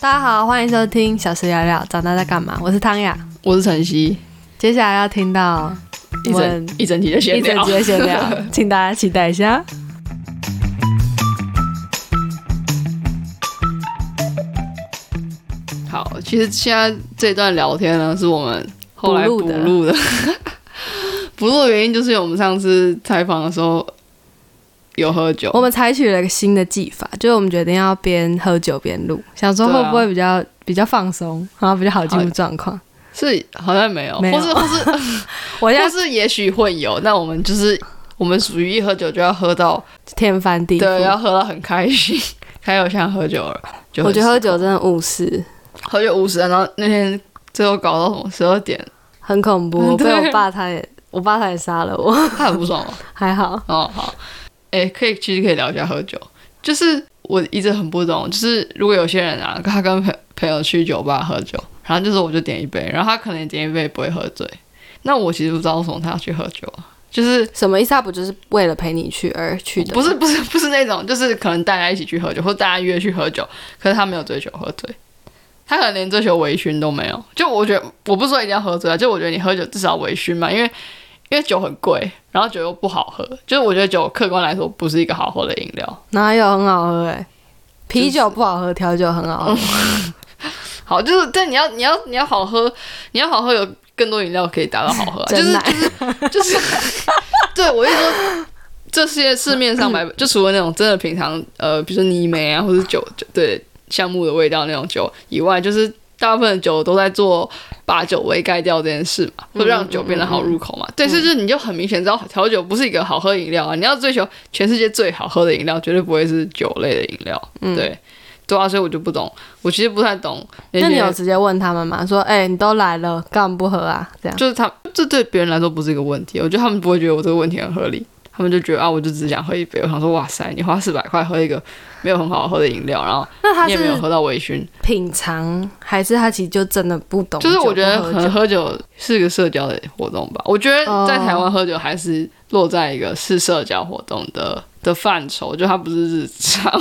大家好，欢迎收听《小时聊聊长大在干嘛》，我是汤雅。我是晨曦，接下来要听到一我们整一整集的闲一整聊集。的闲聊，请大家期待一下。 好，其实现在这段聊天呢，是我们后来补补录的录的。 补录的原因就是我们上次采访的时候有喝酒我，们采取了一个新的技法，就是我们决定要边喝酒边录，想说会不会比较、比较放松，然后比较好进入状况。是啊好像没有，没有或是或是我现在或是也许会有，但我们就是我们属于一喝酒就要喝到，天翻地对，要覆，喝到很开心。开有像喝酒了，就我很觉得喝酒失真的误事，控喝酒五十，然后那天最后搞到什么十二点，很恐 怖。我被对我爸他也，我爸他也杀了我， 他很不爽吗？还好。哦，好，哎、可以，其实可以聊一下喝酒。就是我一直很不懂，就是如果有些人啊，他跟朋朋友去酒吧喝酒，然后就是我就点一杯，然后他可能点一杯不会喝醉，那我其实不知道为什么他要去喝酒啊，就是。什么意思？他不就是为了陪你去而去的？不是，不是不是那种，就是可能大家一起去喝酒，或大家约去喝酒，可是他没有追求喝醉，他可能连追求微醺都没有。就我觉得，我不是说一定要喝醉啊，就我觉得你喝酒至少微醺嘛，因为因为酒很贵，然后酒又不好喝，就是我觉得酒客观来说不是一个好喝的饮料。哪有很好喝哎、啤酒不好喝，调酒很好喝。好，就是但你要你要你要好喝，你要好喝有更多饮料可以达到好喝啊、就是真奶就是对我就说这些市面上买，就除了那种真的平常呃，比如说泥煤啊，或者酒酒对橡木的味道那种酒以外，就是大部分的酒都在做把酒味盖掉这件事嘛，会让酒变得好入口嘛。对，所以就是你就很明显知道调酒不是一个好喝饮料啊，你要追求全世界最好喝的饮料，绝对不会是酒类的饮料。嗯对。对啊，所以我就不懂，我其实不太懂些。那你有直接问他们吗？说，哎、你都来了，干嘛不喝啊？这样就是他，这对别人来说不是一个问题。我觉得他们不会觉得我这个问题很合理，他们就觉得啊，我就只想喝一杯。我想说，哇塞，你花四百块喝一个没有很好喝的饮料，然后那他你也没有是喝到微醺，品尝，还是他其实就真的不懂酒？就是我觉得不喝可能酒哦喝酒是个社交的活动吧。我觉得在台湾喝酒还是落在一个是社交活动的的范畴，就它不是日 常，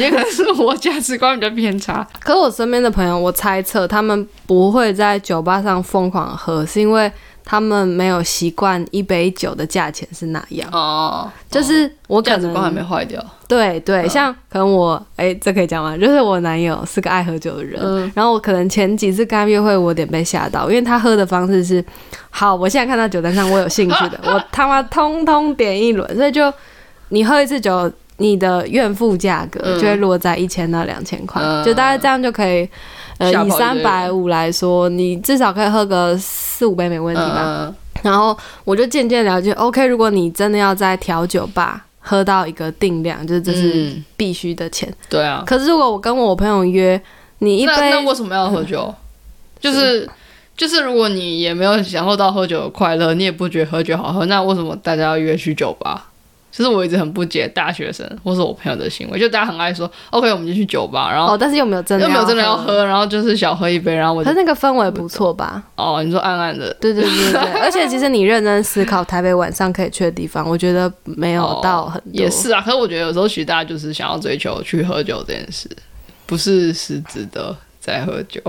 也可能是我价值观比较偏差。可是我身边的朋友，我猜测他们不会在酒吧上疯狂喝，是因为他们没有习惯一杯酒的价钱是哪样。哦，就是我可价值观还没嗯能坏掉。对对，像可能我哎、这可以讲吗？就是我男友是个爱喝酒的人，嗯，然后我可能前几次跟他约会，我有点被吓到，因为他喝的方式是，好，我现在看到酒单上我有兴 趣的，我他妈通通点一轮，所以就你喝一次酒，你的怨妇价格嗯就会落在一千到两千块，嗯就大概这样就可以，呃，吓以跑三一堆百人五来说，你至少可以喝个四五杯没问题吧。嗯，然后我就渐渐了解，OK，如果哦你真的要在调酒吧喝到一个定量，就是这是嗯必须的钱。对啊，可是如果我跟我朋友约，你一杯那那为什么要喝酒？就是就是，如果你也没有享受到喝酒的快乐，你也不觉得喝酒好喝，那为什么大家要约去酒吧？就是我一直很不解大学生或是我朋友的行为，就大家很爱说 OK，我们就去酒吧，然后哦，但是又没有真的又没有真的要喝？喝，然后就是小喝一杯，然后我可就是那个氛围不错吧？哦，你说暗暗的对对对对 对，而且其实你认真思考台北晚上可以去的地方，我觉得没有到很多。也，是啊，可是我觉得有时候其实大家就是想要追求去喝酒这件事，不是实质的在喝酒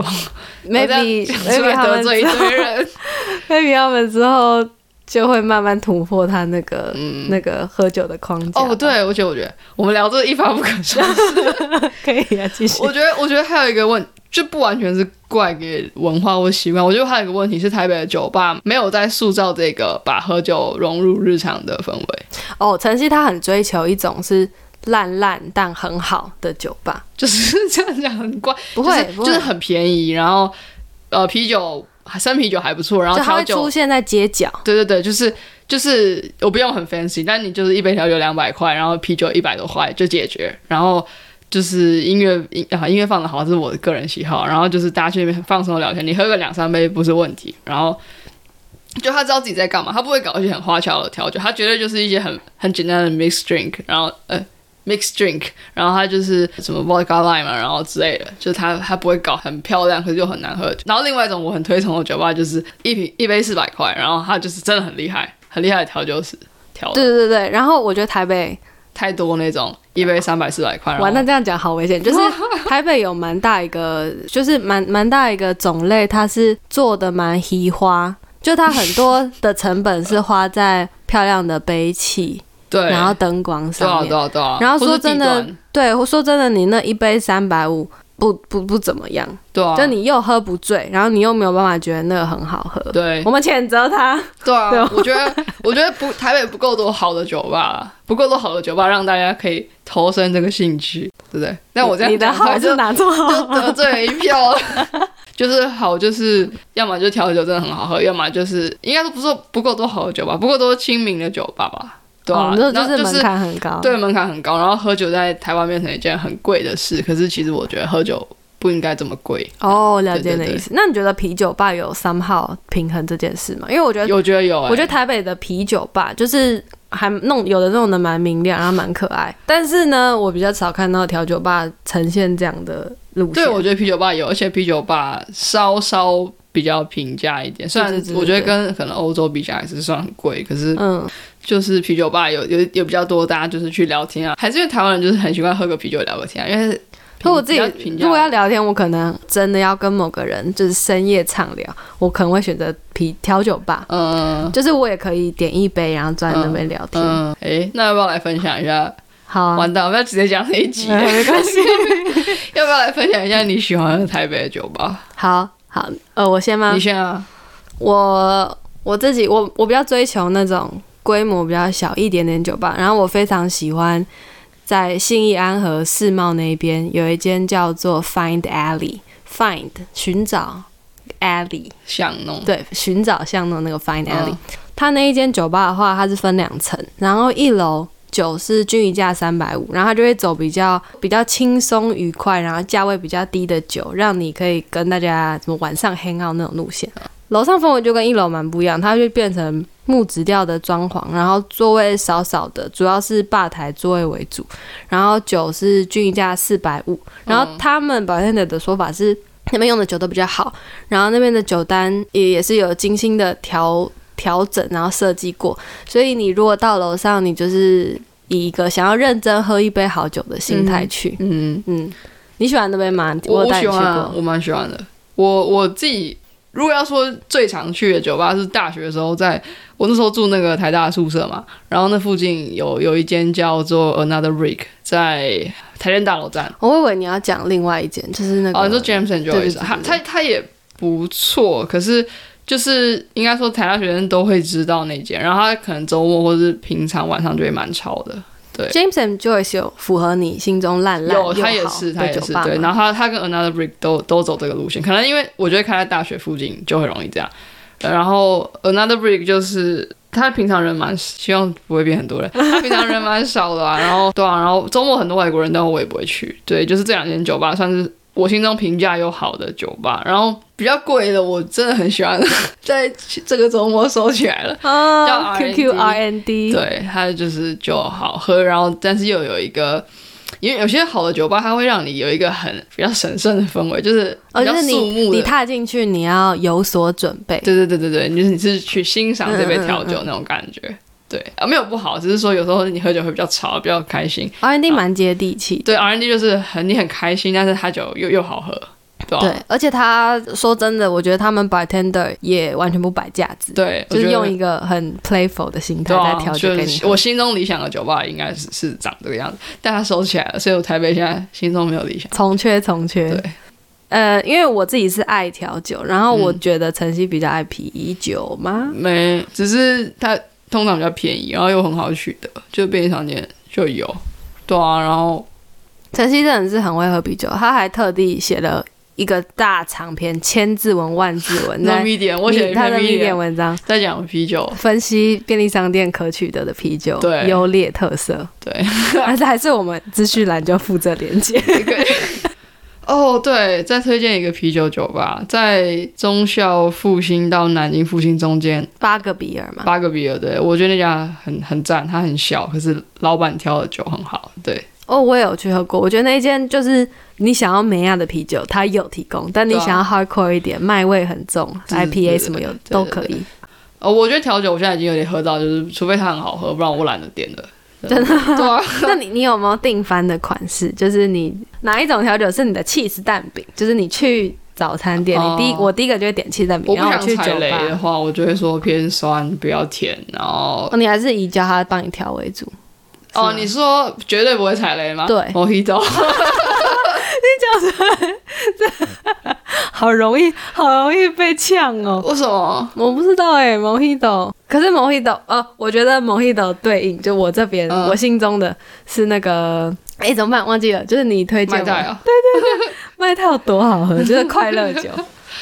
maybe 我这 maybe 样讲出来他得们罪一堆人， maybe 他们之后就会慢慢突破他那个、那个喝酒的框架。嗯哦，，对，而且我觉得我们聊这个一发不可收 拾。可以啊，继续。我觉得，我觉得还有一个问，就不完全是怪给文化或习惯。我觉得还有一个问题是，台北的酒吧没有在塑造这个把喝酒融入日常的氛围。 哦，晨曦他很追求一种是烂烂但很好的酒吧，就是这样讲很怪，不会就是不会就是很便宜，然后呃啤酒生啤酒还不错，然后就它调会酒出现在街角。对对对，就是就是我不用很 fancy，但你就是一杯调酒两百块，然后啤酒一百多块就解决，然后。就是音乐音啊，音乐放的好是我的个人喜好，然后就是大家去那边放松聊天，你喝个两三杯不是问题。然后就他知道自己在干嘛，他不会搞一些很花俏的调酒，他绝对就是一些很很简单的 mix drink，然后呃 mix drink，然后他就是什么 vodka lime 啊，然后之类的，就是他他不会搞很漂亮，可是又很难喝的酒。然后另外一种我很推崇的酒吧就是一瓶一杯四百块，然后他就是真的很厉害，很厉害的调酒师调的对对对对，然后我觉得台北太多那种一杯三百四百块，然后 哇，那这样讲好危险，就是台北有蛮大一个，就是蛮蛮大一个种类，它是做的蛮稀花，就它很多的成本是花在漂亮的杯器，对，然后灯光多上少面多。少多少，然后啊或说是地真的段，对，我说真的，你那一杯三百五，不不不怎么样，对啊，就你又喝不醉，然后你又没有办法觉得那个很好喝。对我们谴责他，对啊，对啊我觉得我觉得不台北不够多好的酒吧，不够多好的酒吧让大家可以投身这个兴趣，对不对？那我这样你的讲出来好就是哪种就好？得罪了一票 了。就是好，就是要么就调酒真的很好喝，要么就是应该说不是不够多好的酒吧，不够多亲民的酒吧吧，对啊，哦你说然就后是就门是槛很高。对门槛很高，然后喝酒在台湾变成一件很贵的事，可是其实我觉得喝酒不应该这么贵，哦，了解对对你的对意思。那你觉得啤酒吧有三号平衡这件事吗？因为我觉得，我觉得有、欸，我觉得台北的啤酒吧就是还弄有的弄得蛮明亮，然后蛮可爱。但是呢，我比较少看到调酒吧呈现这样的路线。对，我觉得啤酒吧有，而且啤酒吧稍稍比较平价一点，虽然对对对我觉得对跟可能欧洲比起来还是算很贵，可是嗯，就是啤酒吧有有有比较多，大家就是去聊天啊，还是因为台湾人就是很喜欢喝个啤酒聊个天啊，因为可我自己比较平价如果要聊天，我可能真的要跟某个人就是深夜畅聊，我可能会选择啤调酒吧，嗯就是我也可以点一杯，然后坐在那边聊天。嗯，哎、那要不要来分享一下？好啊，完蛋，我们要直接讲这一集，嗯 没关系。 要不要来分享一下你喜欢的台北的酒吧？好好，呃，我先吗？你先啊，我我自己，我我比较追求那种规模比较小一点点酒吧，然后我非常喜欢在信义安和世贸那边有一间叫做 Find Alley，Find 寻找 Alley，想弄对，寻找巷弄那个 Find Alley，、嗯它那一间酒吧的话，它是分两层，然后一楼。酒是均宜价三百五，然后它就会走比较比较轻松愉快，然后价位比较低的酒，让你可以跟大家什么晚上 hang out 那种路线。楼上氛围就跟一楼蛮不一样，它就变成木质调的装潢，然后座位少少的，主要是吧台座位为主，然后酒是均宜价四百五，然后他们 bartender 的说法是那边用的酒都比较好，然后那边的酒单也也是有精心的调调整，然后设计过，所以你如果到楼上，你就是以一个想要认真喝一杯好酒的心态去，嗯。嗯。你喜欢那边吗？我有带你喜去欢啊，过。我蛮喜欢的。我我自己如果要说最常去的酒吧是大学的时候在，我那时候住那个台大宿舍嘛，然后那附近有有一间叫做 Another Rick，在台电大楼站。我以为你要讲另外一间，就是那个。哦，你说 James and 对对 Joyce，对他对他他也不错，可是就是应该说台大学生都会知道那间，然后他可能周末或是平常晚上就会蛮吵的。对 James and Joyce 有符合你心中烂烂有，又他也好是，他的也酒是，吧对。吗然后他他跟 Another Brick 都都走这个路线，可能因为我觉得开在大学附近就很容易这样。呃然后 Another Brick 就是他平常人蛮，希望不会变很多人，他平常人蛮少的啊。然后对啊，然后周末很多外国人，但我也不会去。对，就是这两间酒吧算是。我心中评价又好的酒吧，然后比较贵的，我真的很喜欢， 在这个周末收起来了。啊叫，QQ RND，R&D 对，它就是酒好喝，然后但是又有一个，因为有些好的酒吧，它会让你有一个很比较神圣的氛围，就是哦，比较就是肃你穆你的。踏进去，你要有所准备。对对对对对，你就是你是去欣赏这嗯杯嗯嗯调酒那种感觉。对啊，没有不好，只是说有时候你喝酒会比较吵，比较开心。 RND 蛮接地气的，对 R N D 就是很你很开心，但是它酒又又好喝，对啊吧、对，而且他说真的，我觉得他们 bartender 也完全不摆架子，对，就是用一一个很 playful 的心态对在啊，调就酒给你是喝。我心中理想的酒吧应该是是长这个样子，但它收起来了，所以我台北现在心中没有理想。从缺从缺对，嗯呃，因为我自己是爱调酒，然后我觉得晨曦比较爱啤酒嘛，没，只是它通常比较便宜，然后又很好取得，就便利商店就有。对啊，然后晨曦真的是很会喝啤酒，他还特地写了一个大长篇千字文万字文 那在 m 点，我写了一他篇的 m 点点，文章，在讲 啤酒。分析便利商店可取得的啤酒对优劣特色，对， 还是还是我们资讯栏就附这连接。哦，对，再推荐一个啤酒酒吧，在忠孝复兴到南京复兴中间，八个比尔嘛， 八个比尔。对，我觉得那家很很赞，它很小，可是老板挑的酒很好。对，哦，我也有去喝过，我觉得那一间就是你想要美亚的啤酒，它有提供，但你对啊想要 hardcore 一点，麦味很重对对对，IPA 什么有都可对以。哦，我觉得调酒我现在已经有点喝到，就是除非它很好喝，不然我懒得点了。真的对啊， 那你你有没有定番的款式？就是你哪一种调酒是你的 cheese 蛋饼？就是你去早餐店，哦你第一我第一个就会点 cheese 蛋饼，我不然后想我去踩酒雷的吧。话，我就会说偏酸，不要甜。然后哦，你还是以叫他帮你调为主。是吗哦，你说绝对不会踩雷吗？对我 h i t o 好容易，好容易被呛哦。为什么？我不知道哎、欸、，Mojito。可是 Mojito，呃，我觉得 Mojito 对应就我这边、嗯我心中的是那个，哎、怎么办？忘记了，就是你推荐麦我袋啊，麦套有多好 喝，就是快乐酒。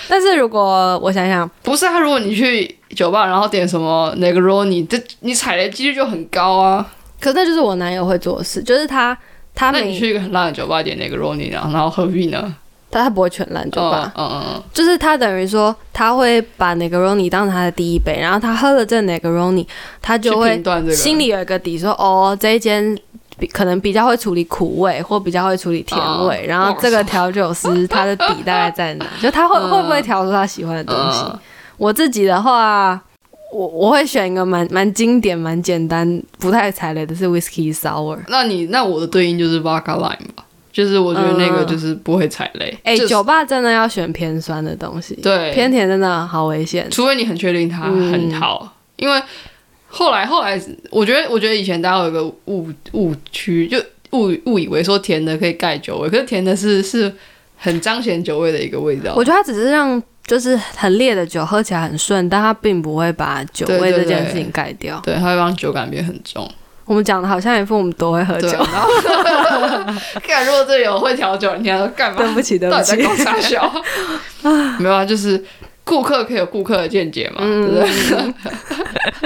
但是如果我想想，不是啊！如果你去酒吧，然后点什么 Negroni，这你踩雷几率就很高啊。可是那就是我男友会做的事，就是他他那你啊没去一个很烂的酒吧点 Negroni，然后然后何必呢？他他不会全烂酒吧，嗯嗯嗯，就是他等于说他会把 Negroni 当成他的第一杯，然后他喝了这 Negroni，他就去会评断这个心里有一个底说，哦，这一间比可能比较会处理苦味，或比较会处理甜味，哦然后这个调酒师他的底大概在 哪？就他会、会不会调出他喜欢的东西？嗯我自己的话，我我会选一个蛮蛮经典、蛮简单、不太踩雷的是 Whisky Sour。那你那我的对应就是 Vodka Lime 吧，就是我觉得那个嗯就是不会踩雷。哎、就是酒吧真的要选偏酸的东西，对偏甜真的好危险。除非你很确定它很嗯好，因为后来后来，我觉得我觉得以前大家有一个误误区，就误误以为说甜的可以盖酒味，可是甜的是是很彰显酒味的一个味道我。觉得它只是让就是很烈的酒喝起来很顺，但它并不会把酒对味对这件对事情盖掉。对，它会让酒感变很重。我们讲的好像一副我们都会喝对，酒，然后 看如果这里有会调酒的，你还要 干嘛？对不起，对到不底在起。搞啥笑？没有啊，就是顾客可以有顾客的见解嘛，嗯对不对？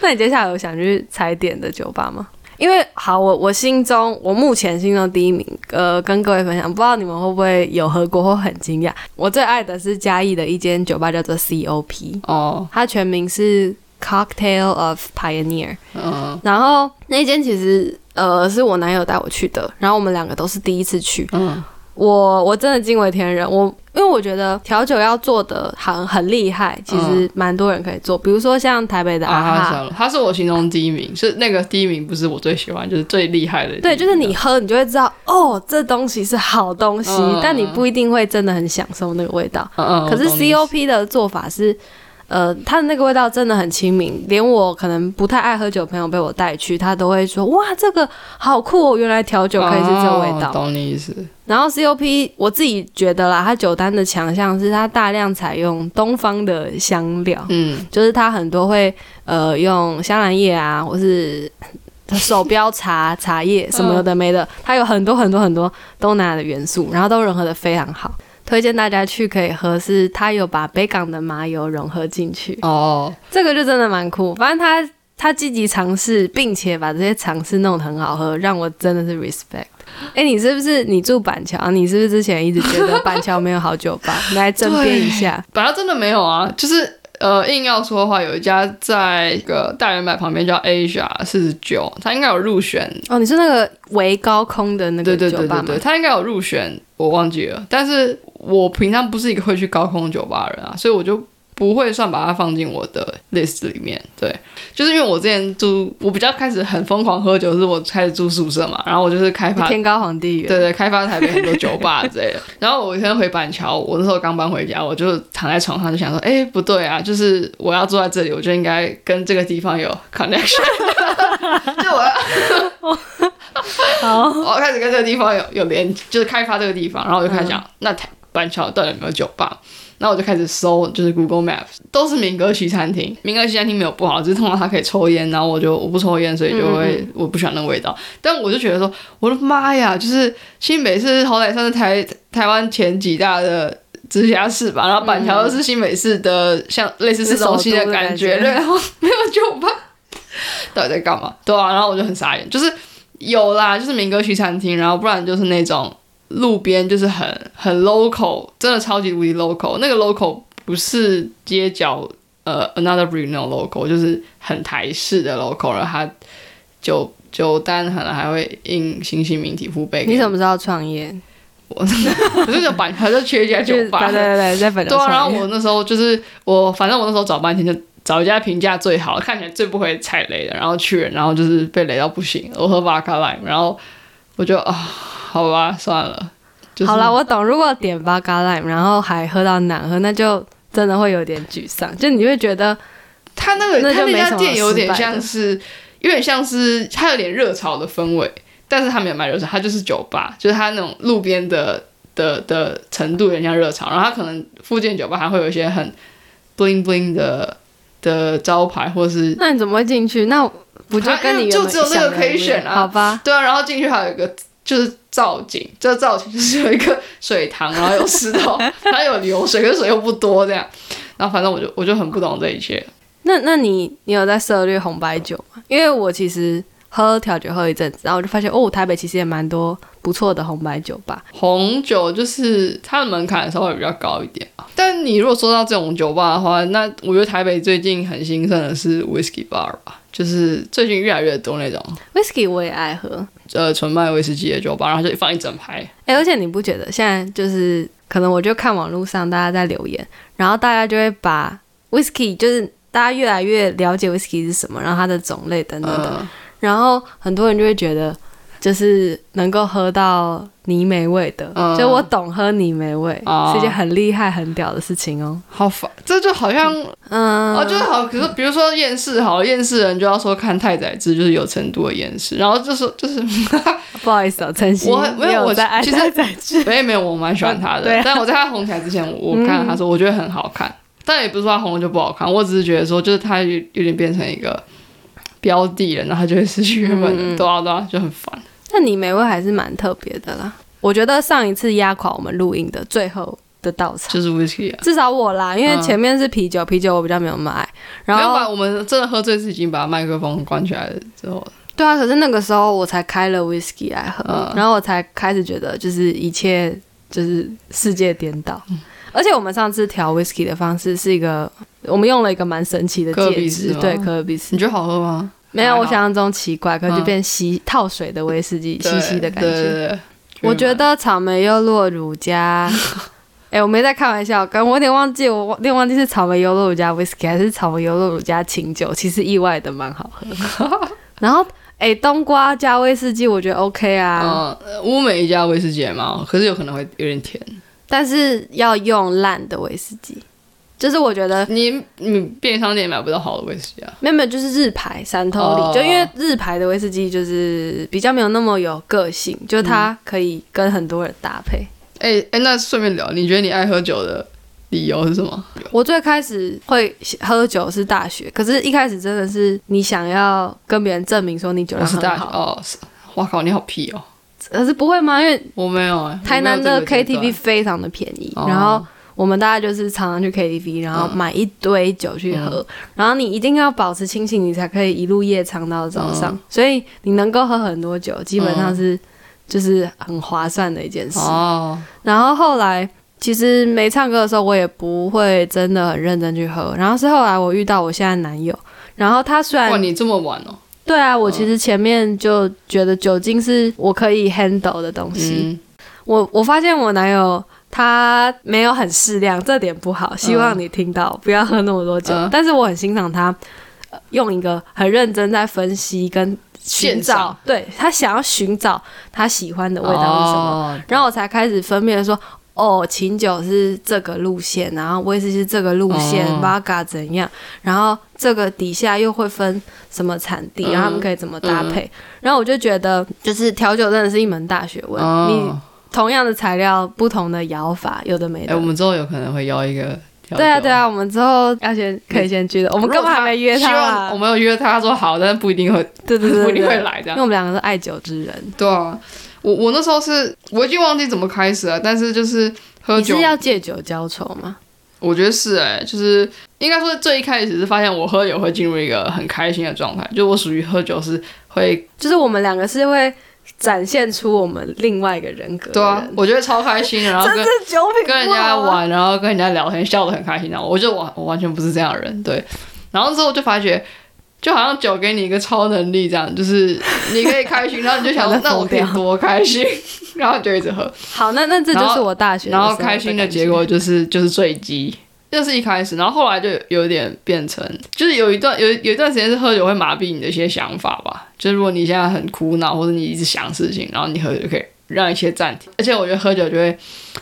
那你接下来有想去踩点的酒吧吗？因为好，我我心中我目前心中第一名，呃，跟各位分享，不知道你们会不会有喝过或很惊讶。我最爱的是嘉义的一间酒吧，叫做 COP，哦，它全名是 Cocktail of Pioneer。嗯然后那间其实呃是我男友带我去的，然后我们两个都是第一次去，嗯，我我真的惊为天人。我因为我觉得调酒要做的很很厉害，其实蛮多人可以做，比如说像台北的阿嗯啊哈哈。小他是我心中第一名，是那个第一名不是我最喜欢，就是最厉害的。对，就是你，喝，你就会知道哦，这东西是好东西，嗯但你不一定会真的很享受那个味道。嗯嗯。可是我懂你意思 COP 的做法是，呃，它的那个味道真的很亲民，连我可能不太爱喝酒的朋友被我带去，他都会说哇，这个好酷哦，原来调酒可以是这个味道。哦懂你意思。然后 COP 我自己觉得啦，它酒单的强项是它大量采用东方的香料，嗯，就是它很多会呃用香兰叶啊，或是手标茶、茶叶什么有的没的，它有很多很多很多东南亚的元素，然后都融合的非常好。推荐大家去可以喝，是它有把北港的麻油融合进去，哦，这个就真的蛮酷。反正它它积极尝试，并且把这些尝试弄得很好喝，让我真的是 respect。哎、你是不是你住板桥？啊你是不是之前一直觉得板桥没有好酒 吧？你来争辩一下。本来真的没有啊，就是呃，硬要说的话，有一家在一个大圆柏旁边叫 Asia 四十九，它应该有入选。哦，你是那个围高空的那对个对酒对吧对吗对，？它应该有入选，我忘记了。但是我平常不是一个会去高空酒吧的人啊，所以我就不会算把它放进我的 list 里面。对，就是因为我之前住，我比较开始很疯狂喝酒，是我开始住宿舍嘛，然后我就是开发天高皇帝远。对对，开发台北很多酒吧之类的。然后我有一天回板桥，我那时候刚搬回家，我就躺在床上就想说，哎，不对啊，就是我要坐在这里，我就应该跟这个地方有 connection，就我要好，我要哦开始跟这个地方有有连，就是开发这个地方，然后我就开始想，那台板桥到底有没有酒吧？然后我就开始搜，就是 Google Maps 都是民歌西餐厅。民歌西餐厅没有不好，只是通常它可以抽烟，然后我就我不抽烟，所以就会我不喜欢那个味道。但我就觉得说，我的妈呀，就是新北市好歹算是台台湾前几大的直辖市吧，然后板桥又是新北市的、像类似市中心的感觉，是首都的感觉对，然后没有酒吧，到底在干嘛？对啊，然后我就很傻眼，就是有啦，就是民歌西餐厅，然后不然就是那种路边就是很很 local，真的超级无敌 local。那个 local 不是街角呃 another breed 那种 local，就是很台式的 local，然后它酒酒单可能还会印星星名体父辈。 你怎么知道创业？我我就想板桥就缺一家酒 就是吧对。对对，在本对桥啊，然后创业。我那时候就是我，反正我那时候找半天就找一家评价最好、看起来最不会踩雷的，然后去了，然后就是被雷到不行。我喝 vodka lime，然后我就啊、好吧，算了。就是、好啦，我懂。如果点 v o d lime，然后还喝到难喝，那就真的会有点沮丧，就你会觉得他那个那就他那没什家么店有点失败的像是，有点像是他有点热潮的氛围，但是他没有卖热潮，他就是酒吧，就是他那种路边的的的程度有点像热潮，然后他可能附近酒吧还会有一些很 bling bling 的的招牌，或是那你怎么会进去？那不就啊跟你因为就原本只有那个想的可以选一啊样好吧？对啊，然后进去还有一个就是造景，这个造景就是有一个水塘，然后有 石头，然后有流水，可是水又不多这样，然后反正我就我就很不懂这一切，那那你你有在涉猎红白酒吗？因为我其实喝调酒喝一阵子，然后我就发现哦，台北其实也蛮多不错的红白酒吧。红酒就是它的门槛稍微比较高一点，但你如果说到这种酒吧的话，那我觉得台北最近很兴盛的是 whisky bar 吧，就是最近越来越多那种 Whisky 我也爱喝，呃纯卖威士忌的酒吧，然后就放一整排，哎、而且你不觉得现在就是可能我就看网络上大家在留言，然后大家就会把 Whisky 就是大家越来越了解 Whisky 是什么，然后它的种类等等等，嗯，然后很多人就会觉得。就是能够喝到泥煤味的，嗯就我懂喝泥煤味、哦是一件很厉害、很屌的事情哦。好烦，这就好像嗯，哦，就是好，可是比如说厌世，好厌世人就要说看太宰治就是有程度的厌世，然后就说就是不好意思哦，晨曦，我没有你我在爱其实太宰治，没有没有， 我蛮喜欢他的。对啊但我在他红起来之前，我我看了他说，我觉得很好看，但也不是说他红了就不好看，我只是觉得说，就是他有有点变成一个标的了，然后他就会失去原本嗯的，对啊对啊，就很烦。那你美味还是蛮特别的啦。我觉得上一次压垮我们录音的最后的稻草，就是 whisky 啊，至少我啦，因为嗯前面是啤酒，啤酒我比较没有那么爱。然没有吧？后我们真的喝醉是已经把麦克风关起来了之后，对啊，可是那个时候我才开了 whisky 来喝，嗯然后我才开始觉得就是一切就是世界颠倒。嗯而且我们上次调 whisky 的方式是一个，我们用了一个蛮神奇的科比介斯质吗，对，可比斯你觉得好喝吗？没有还好我想象中奇怪，可是就嗯变稀、套水的威士忌，稀稀的感对觉对。对对，我觉得草莓优酪乳 加，哎、我没在开玩笑，刚我有点忘记，我有点忘记是草莓优酪乳加 whisky 还是草莓优酪乳加清酒，其实意外的蛮好喝。 然后，哎、冬瓜加威士忌我觉得 OK 啊，嗯，呃乌梅加威士忌也蛮好，可是有可能会有点甜。但是要用烂的威士忌，就是我觉得你你便利商店也买不到好的威士忌啊。没有没有，就是日牌三头里，哦就因为日牌的威士忌就是比较没有那么有个性，就是嗯它可以跟很多人搭配。哎、哎、那顺便聊，你觉得你爱喝酒的理由是什么？我最开始会喝酒是大学，可是一开始真的是你想要跟别人证明说你酒我量是大很学好，哦，是，哇靠，你好屁哦！可是不会吗？因为我没有哎、台南我的没有这个阶 KTV 段非常的便宜，哦然后我们大家就是常常去 KTV，然后买一堆酒去喝，嗯然后你一定要保持清醒，你才可以一路夜唱到早上，哦所以你能够喝很多酒，基本上是、就是很划算的一件事。哦，然后后来其实没唱歌的时候，我也不会真的很认真去喝。然后是后来我遇到我现在男友，然后他虽哇，然你这么晚哦，对啊，我其实前面就觉得酒精是我可以 handle 的东西。嗯，我我发现我男友。他没有很适量，这点不好。希望你听到，不要喝那么多酒。嗯但是我很欣赏他、呃用一个很认真在分析跟寻鉴找赏，对他想要寻找他喜欢的味道是什么。么？然后我才开始分辨说，哦，琴酒是这个路线，然后威士忌是这个路线哦，Vaga、怎样，然后这个底下又会分什么产地，嗯然后他们可以怎么搭配。然后我就觉得，就是调酒真的是一门大学问，你哦，同样的材料，不同的摇法，有的没哎、的。我们之后有可能会邀一个。对啊，对，啊，我们之后要先可以先聚的，我们根本还没约希他望啊我。们有约他，他说好，但是不一定会，对对不对一定会对，来啊这因样为。我们两个是爱酒之人。对啊，我我那时候是我已经忘记怎么开始了，但是就是喝你酒，是要借酒浇愁吗？我觉得是哎、就是应该说最一开始是发现我喝酒会进入一个很开心的状态，就我属于喝酒是会就是我们两个是会展现出我们另外一个人格的人。对啊，我觉得超开心的，然后跟酒品跟人家，玩，然后跟人家聊天，笑得很开心然后我就完我完全不是这样的人，对。然后之后就发觉，就好像酒给你一个超能力，这样就是你可以开心，然后你就想 说玩得那我疯可以掉多开心， 然后就一直喝。好，那那这就是我大学的时然候后开心的结果就是就是坠机，这是一开始，然后后来就有点变成，就是有一段有有一段时间是喝酒会麻痹你的一些想法吧。就是如果你现在很苦恼，或者你一直想事情，然后你喝酒就可以让一切暂停。而且我觉得喝酒就会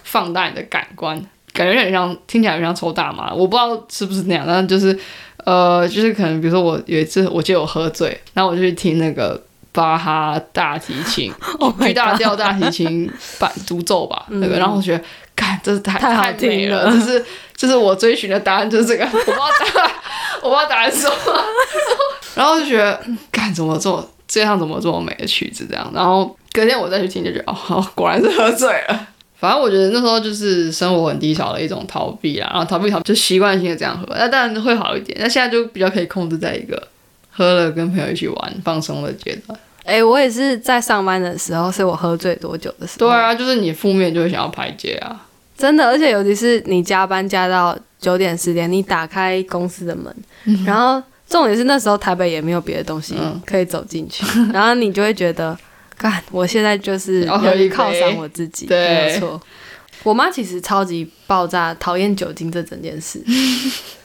放大你的感官，感觉有点像，听起来有点像抽大麻。我不知道是不是那样，但就是呃，就是可能比如说我有一次，我记得我喝醉，然后我就去听那个巴哈大提琴 Oh my 巨大 God 调大提琴版独奏吧，那个，然后我觉得。干，这是太嗯太好听美了了！这是这是我追寻的答案，就是这个。我不知道答案，我不知道答案是什么。 然后就觉得，嗯干，怎么这么世界上怎么这么美的曲子这样？然后隔天我再去听，就觉得哦，好果然是喝醉了。反正我觉得那时候就是生活很低潮的一种逃避啦，然后逃避逃就习惯性的这样喝，那当然会好一点。那现在就比较可以控制在一个喝了跟朋友一起玩放松的阶段。哎、我也是在上班的时候，是我喝最多酒的时候。对啊，就是你负面就会想要排解啊。真的，而且尤其是你加班加到九点十点，你打开公司的门，然后重点是那时候台北也没有别的东西嗯可以走进去，然后你就会觉得， 干，我现在就是要喝一杯犒赏我自己，哦对没有错。我妈其实超级爆炸讨厌酒精这整件 事，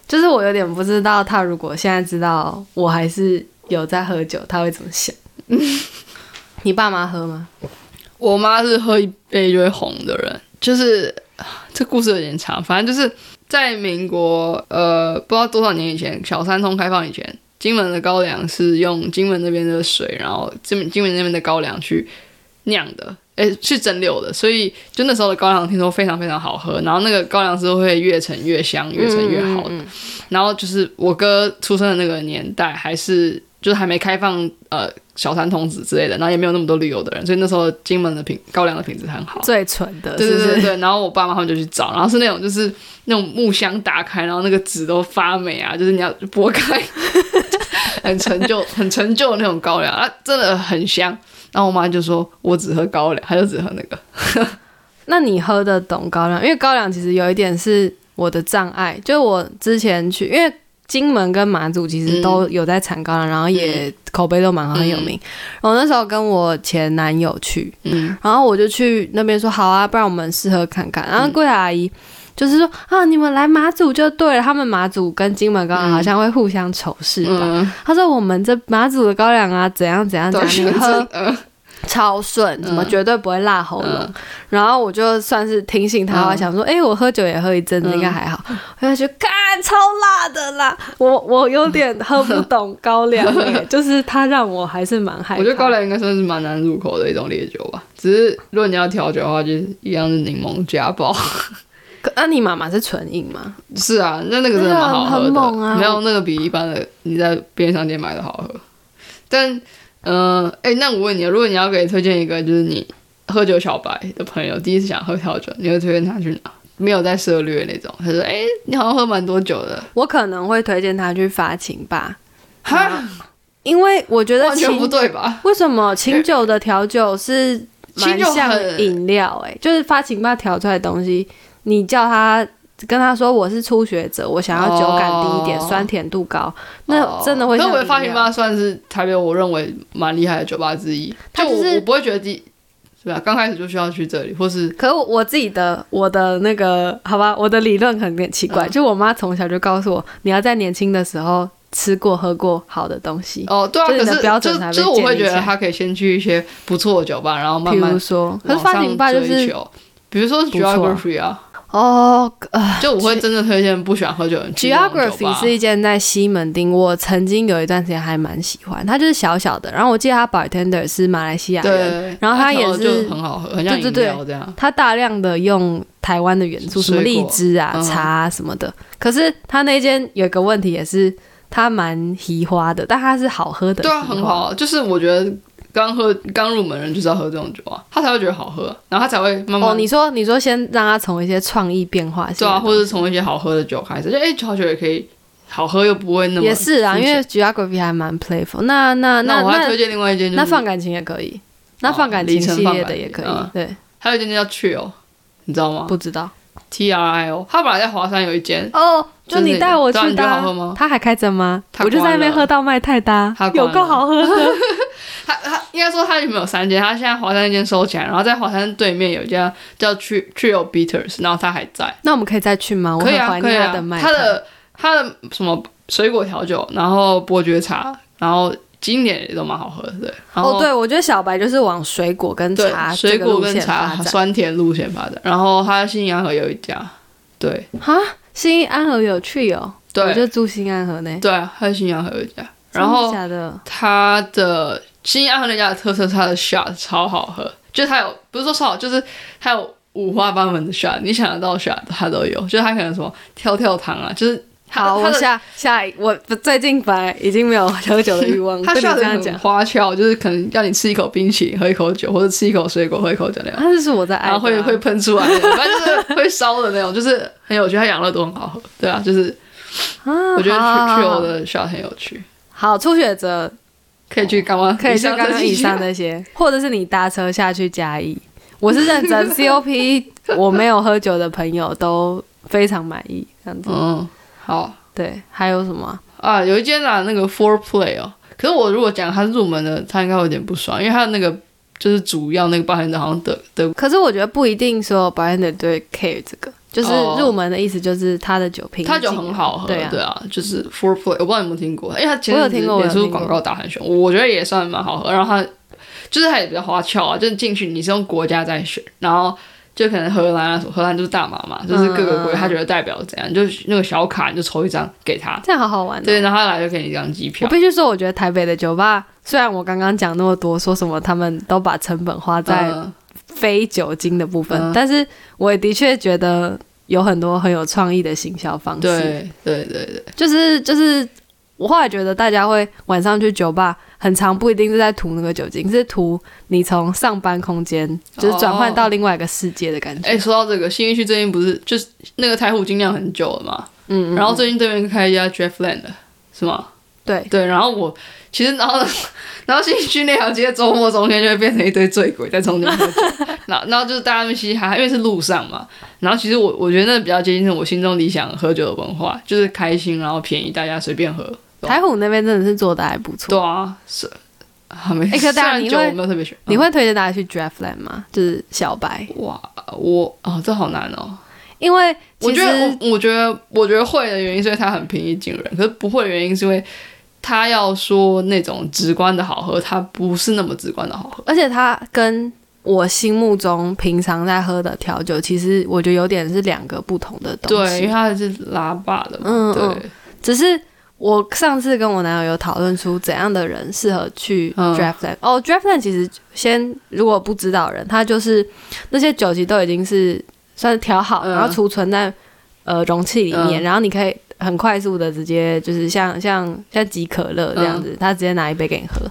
就是我有点不知道她如果现在知道我还是有在喝酒，她会怎么 想。你爸妈喝吗？我妈是喝一杯就会红的人，就是啊这故事有点长，反正就是在民国呃不知道多少年以前，小三通开放以前，金门的高粱是用金门那边的水，然后金门金门那边的高粱去酿的。诶，去蒸馏的，所以就那时候的高粱听说非常非常好喝，然后那个高粱是会越陈越香，越陈越好的。嗯嗯嗯然后就是我哥出生的那个年代，还是就是还没开放呃小三童子之类的，然后也没有那么多旅游的人，所以那时候金门的品高粱的品质很 好。最纯的，对是对不是对对，然后我爸妈他们就去找，然后是那种就是那种木箱打开，然后那个纸都发霉啊，就是你要剥开， 很陈旧 很陈旧的那种高粱啊，真的很香。然后我妈就说：“我只喝高粱，她就只喝那个。那你喝得懂高粱？因为高粱其实有一点是我的障碍，就我之前去，因为金门跟马祖其实嗯都有在产高粱，然后也口碑都蛮好，很有名。然后那时候跟我前男友去，”嗯，然后我就去那边说好啊，不然我们试喝看看。嗯然后柜台阿姨就是说啊，你们来马祖就对了，他们马祖跟金门高粱好像会互相仇视吧。嗯，他说我们这马祖的高粱啊，怎样怎样怎都是样，你喝真嗯超顺，怎么嗯绝对不会辣喉咙。嗯然后我就算是听信他话，嗯想说，哎、我喝酒也喝一阵子，嗯应该还好。我就觉得，干超辣的啦，我我有点喝不懂 高粱、 欸，就是它让我还是蛮害怕。我觉得高粱应该算是蛮难入口的一种烈酒吧。只是如果你要调酒的话，就是一样是柠檬加爆。 可，那、你妈妈是纯饮吗？是啊，那那个真的蛮好喝的，那个很猛啊没有那个比一般的你在便利商店买的好喝。但，嗯、呃，哎、那我问你，如果你要给推荐一个，就是你喝酒小白的朋友，第一次想喝调酒，你会推荐他去哪？没有在涉略那种，他说：“哎、你好像喝蛮多酒的，我可能会推荐她去发情吧，哈，因为我觉得完全清不对吧？为什么清酒的调酒是蛮清酒很像饮料、欸？就是发情吧调出来的东西，你叫他跟他说我是初学者，我想要酒感低一点，哦酸甜度高，那真的会那像哦饮料。我的发型吧，算是台北我认为蛮厉害的酒吧之一。它就我就是我不会觉得第是吧？刚开始就需要去这里，或是可我我自己的我的那个好吧，我的理论可能有点奇怪，嗯就我妈从小就告诉我，你要在年轻的时候吃过喝过好的东西，哦，对啊，就你可的是标就准才被就是我建会立觉起得来他可以先去一些不错的酒吧，然后慢比慢如说，可是往发情上吧就追是求比如说不错啊 geography 啊，哦，呃就我会真的推荐不喜欢喝酒的人去那种酒 Geography 吧是一间在西门町，我曾经有一段时间还蛮喜欢，它就是小小的，然后我记得它 bartender 是马来西亚人，对，然后它也调的是就很好喝，很像对饮对料这样。它大量的用台湾的元素，什么水荔果枝啊、嗯茶啊什么的。可是它那间有一个问题，也是它蛮奇花的，但它是好喝的，对啊，很。好，就是我觉得刚喝刚入门人就是要喝这种酒啊，他才会觉得好喝，然后他才会慢慢哦，你说你说先让它从一些创意变化性的东西，对啊，或者从一些好喝的酒开始，就哎，调酒也可以好喝又不会那么也是啊，肤因浅为 Geography 还蛮 playful。那那那那我还那推荐另外一间，就那是放感情也可以，那哦放感情凌晨系放列感的也情可以嗯，对，还有一间叫 Chill，你知道吗不知道。 ？T R I O，他本来在华山有一间，哦，就你带我去真的的对啊啊你觉得好喝吗他还开着吗？它我关了就在那边喝到卖太搭 它，关有了够好喝的。他他应该说他原本有三间，他现在华山那间收起来，然后在华山对面有一家叫 Tr- Trio Bitters，然后他还在。那我们可以再去吗？我可以很啊，怀可以念啊他的麦。，它的它的什么水果调酒，然后伯爵茶，然后经典也都蛮好喝的。对然后哦，对，我觉得小白就是往水果跟对茶水这个果路跟线茶发展酸甜路线发展。然后它新阳河有一家，对哈，新安和有趣哦，对我就住新安和呢。对啊，它新阳河有一家。真然的后假的，它的新阳河那家的特色，是它的 shot 超好喝，就是它有不是说超好，就是它有五花八门的 shot，你想得到的 shot 它都有，就是它可能什么跳跳糖啊，就是它好，它我的下下一我最近本来已经没有喝酒的欲 望，他被你笑这得样很讲，花俏，就是可能要你吃一口冰淇淋，喝一口酒，或者吃一口水果，喝一口酒那样，他就是我在爱然的后啊，会会喷出来的，反正就是会烧的那种，就是很有趣。它养乐多很好喝，对啊，就是啊，我觉得好好好去去欧的 shot 很有趣，好初学者可以去干嘛？ 可以就刚刚以上的那些，或者是你搭车下去嘉义，我是认真 COP，我 没有喝酒的朋友都非常满意，这样子几项， 嗯，好对，还有什么啊？啊，有一间啊，那个 Four Play 哦，可是我如果讲它是入门的，他应该会有点不爽，因为它那个就是主要那个八仙的好像德德可是我觉得不一定说 bartender 对 care 这个，就是哦入门的意思，就是他的酒品，它酒很好喝，对啊，就是 Four Play，我不知道你有没有听过，因为它前我有阵听子过我有脸书听过广告打很凶，我觉得也算蛮好喝。然后它就是它也比较花俏啊，就是进去你是用国家在选，然后就可能荷兰啊，荷兰就是大麻嘛，就是各个国家嗯他觉得代表怎样，就是那个小卡你就抽一张给他，这样好好玩、哦。对，然后他来就给你一张机票我。必须说，我觉得台北的酒吧，虽然我刚刚讲那么多，说什么他们都把成本花在嗯非酒精的部分，嗯但是我的确觉得有很多很有创意的行销方式，对对对对，就是就是。我后来觉得大家会晚上去酒吧，很长不一定是在图那个酒精，是图你从上班空间就是转哦换到另外一个世界的感觉。哎、说到这个，新一区最近不是就是那个台虎精酿很久了嘛，嗯，嗯然后最近对面开一家 Draftland 是吗？对，对，然后我其实然后呢， 然后新区那条街周末中间就会变成一堆醉鬼在中间喝酒， 然后然后就是大家们嘻嘻哈哈，因为是路上嘛。然后其实我我觉得那比较接近是我心中理想喝酒的文化，就是开心，然后便宜，大家随便喝。台虎那边真的是做的还不错。对啊，是啊，没哎事。可虽大家然你酒会我没有特别喜欢，你会推荐大家去 Draftland 吗？就是小白，嗯哇，我哦，这好难哦。因为我其实觉得我我觉得我觉得会的原因是因为它很平易近人，可是不会的原因是因为它要说那种直观的好喝，它不是那么直观的好喝。而且它跟我心目中平常在喝的调酒，其实我觉得有点是两个不同的东对，因为西。它是拉霸的嘛，嗯嗯对，只是我上次跟我男友有讨论出怎样的人适合去嗯 Draftland、哦，Draftland 其实先如果不知道的人，他就是那些酒其实都已经是算是调好，嗯然后储存在呃容器里面，然后你可以。很快速的，直接就是像像像挤可乐这样子，嗯他直接拿一杯给你喝。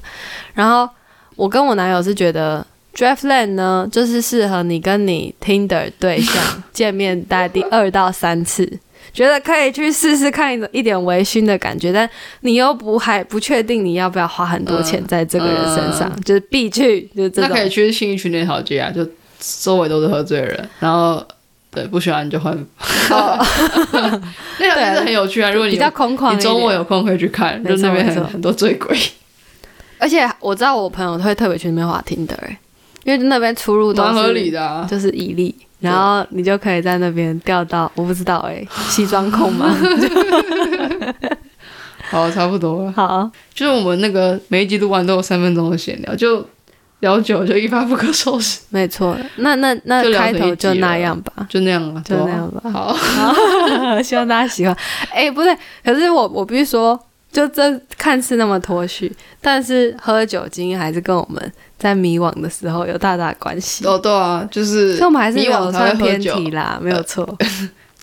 然后我跟我男友是觉得 Draftland 呢，就是适合你跟你 Tinder 对 象见面大概第二到三次，觉得可以去试试看一点微醺的感觉，但你又不还不确定你要不要花很多钱在这个人身上，就是必去，就是这嗯那可以种。去新一区那条街啊，就周围都是喝醉的人，然后对不喜欢你就换。 那条街是很有趣啊，如果哦你比较空旷一你点周末有空可以去看，没错就那边没很错很多醉鬼，而且我知道我朋友会特别去那边滑 Tinder，、欸、因为那边出入都蛮是合理的啊。就是以利，然后你就可以在那边钓到，我不知道哎、西装控吗？ 好，差不多了。好，就是我们那个每一集录完都有三分钟的闲聊，就聊久了就一发不可收拾，没错，那那就那聊开成头一就集那了样吧。就那样了，就对那样吧 好，好希望大家喜欢。哎、不对，可是我我必须说，就这看似那么脱序，但是喝酒精还是跟我们在迷惘的时候有大大关系。哦对啊，就是所以我们还是迷有惘才算会喝偏酒，题啦，没有错。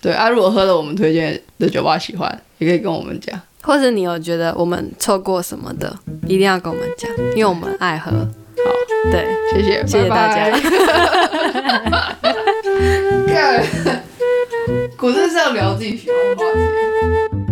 对啊，如果喝了我们推荐的酒吧喜欢，也可以跟我们讲。或者你有觉得我们错过什么的，一定要跟我们讲，因为我们爱喝。好，对，谢谢，谢谢大家拜 拜。干，果真是要聊自己喜欢的话题。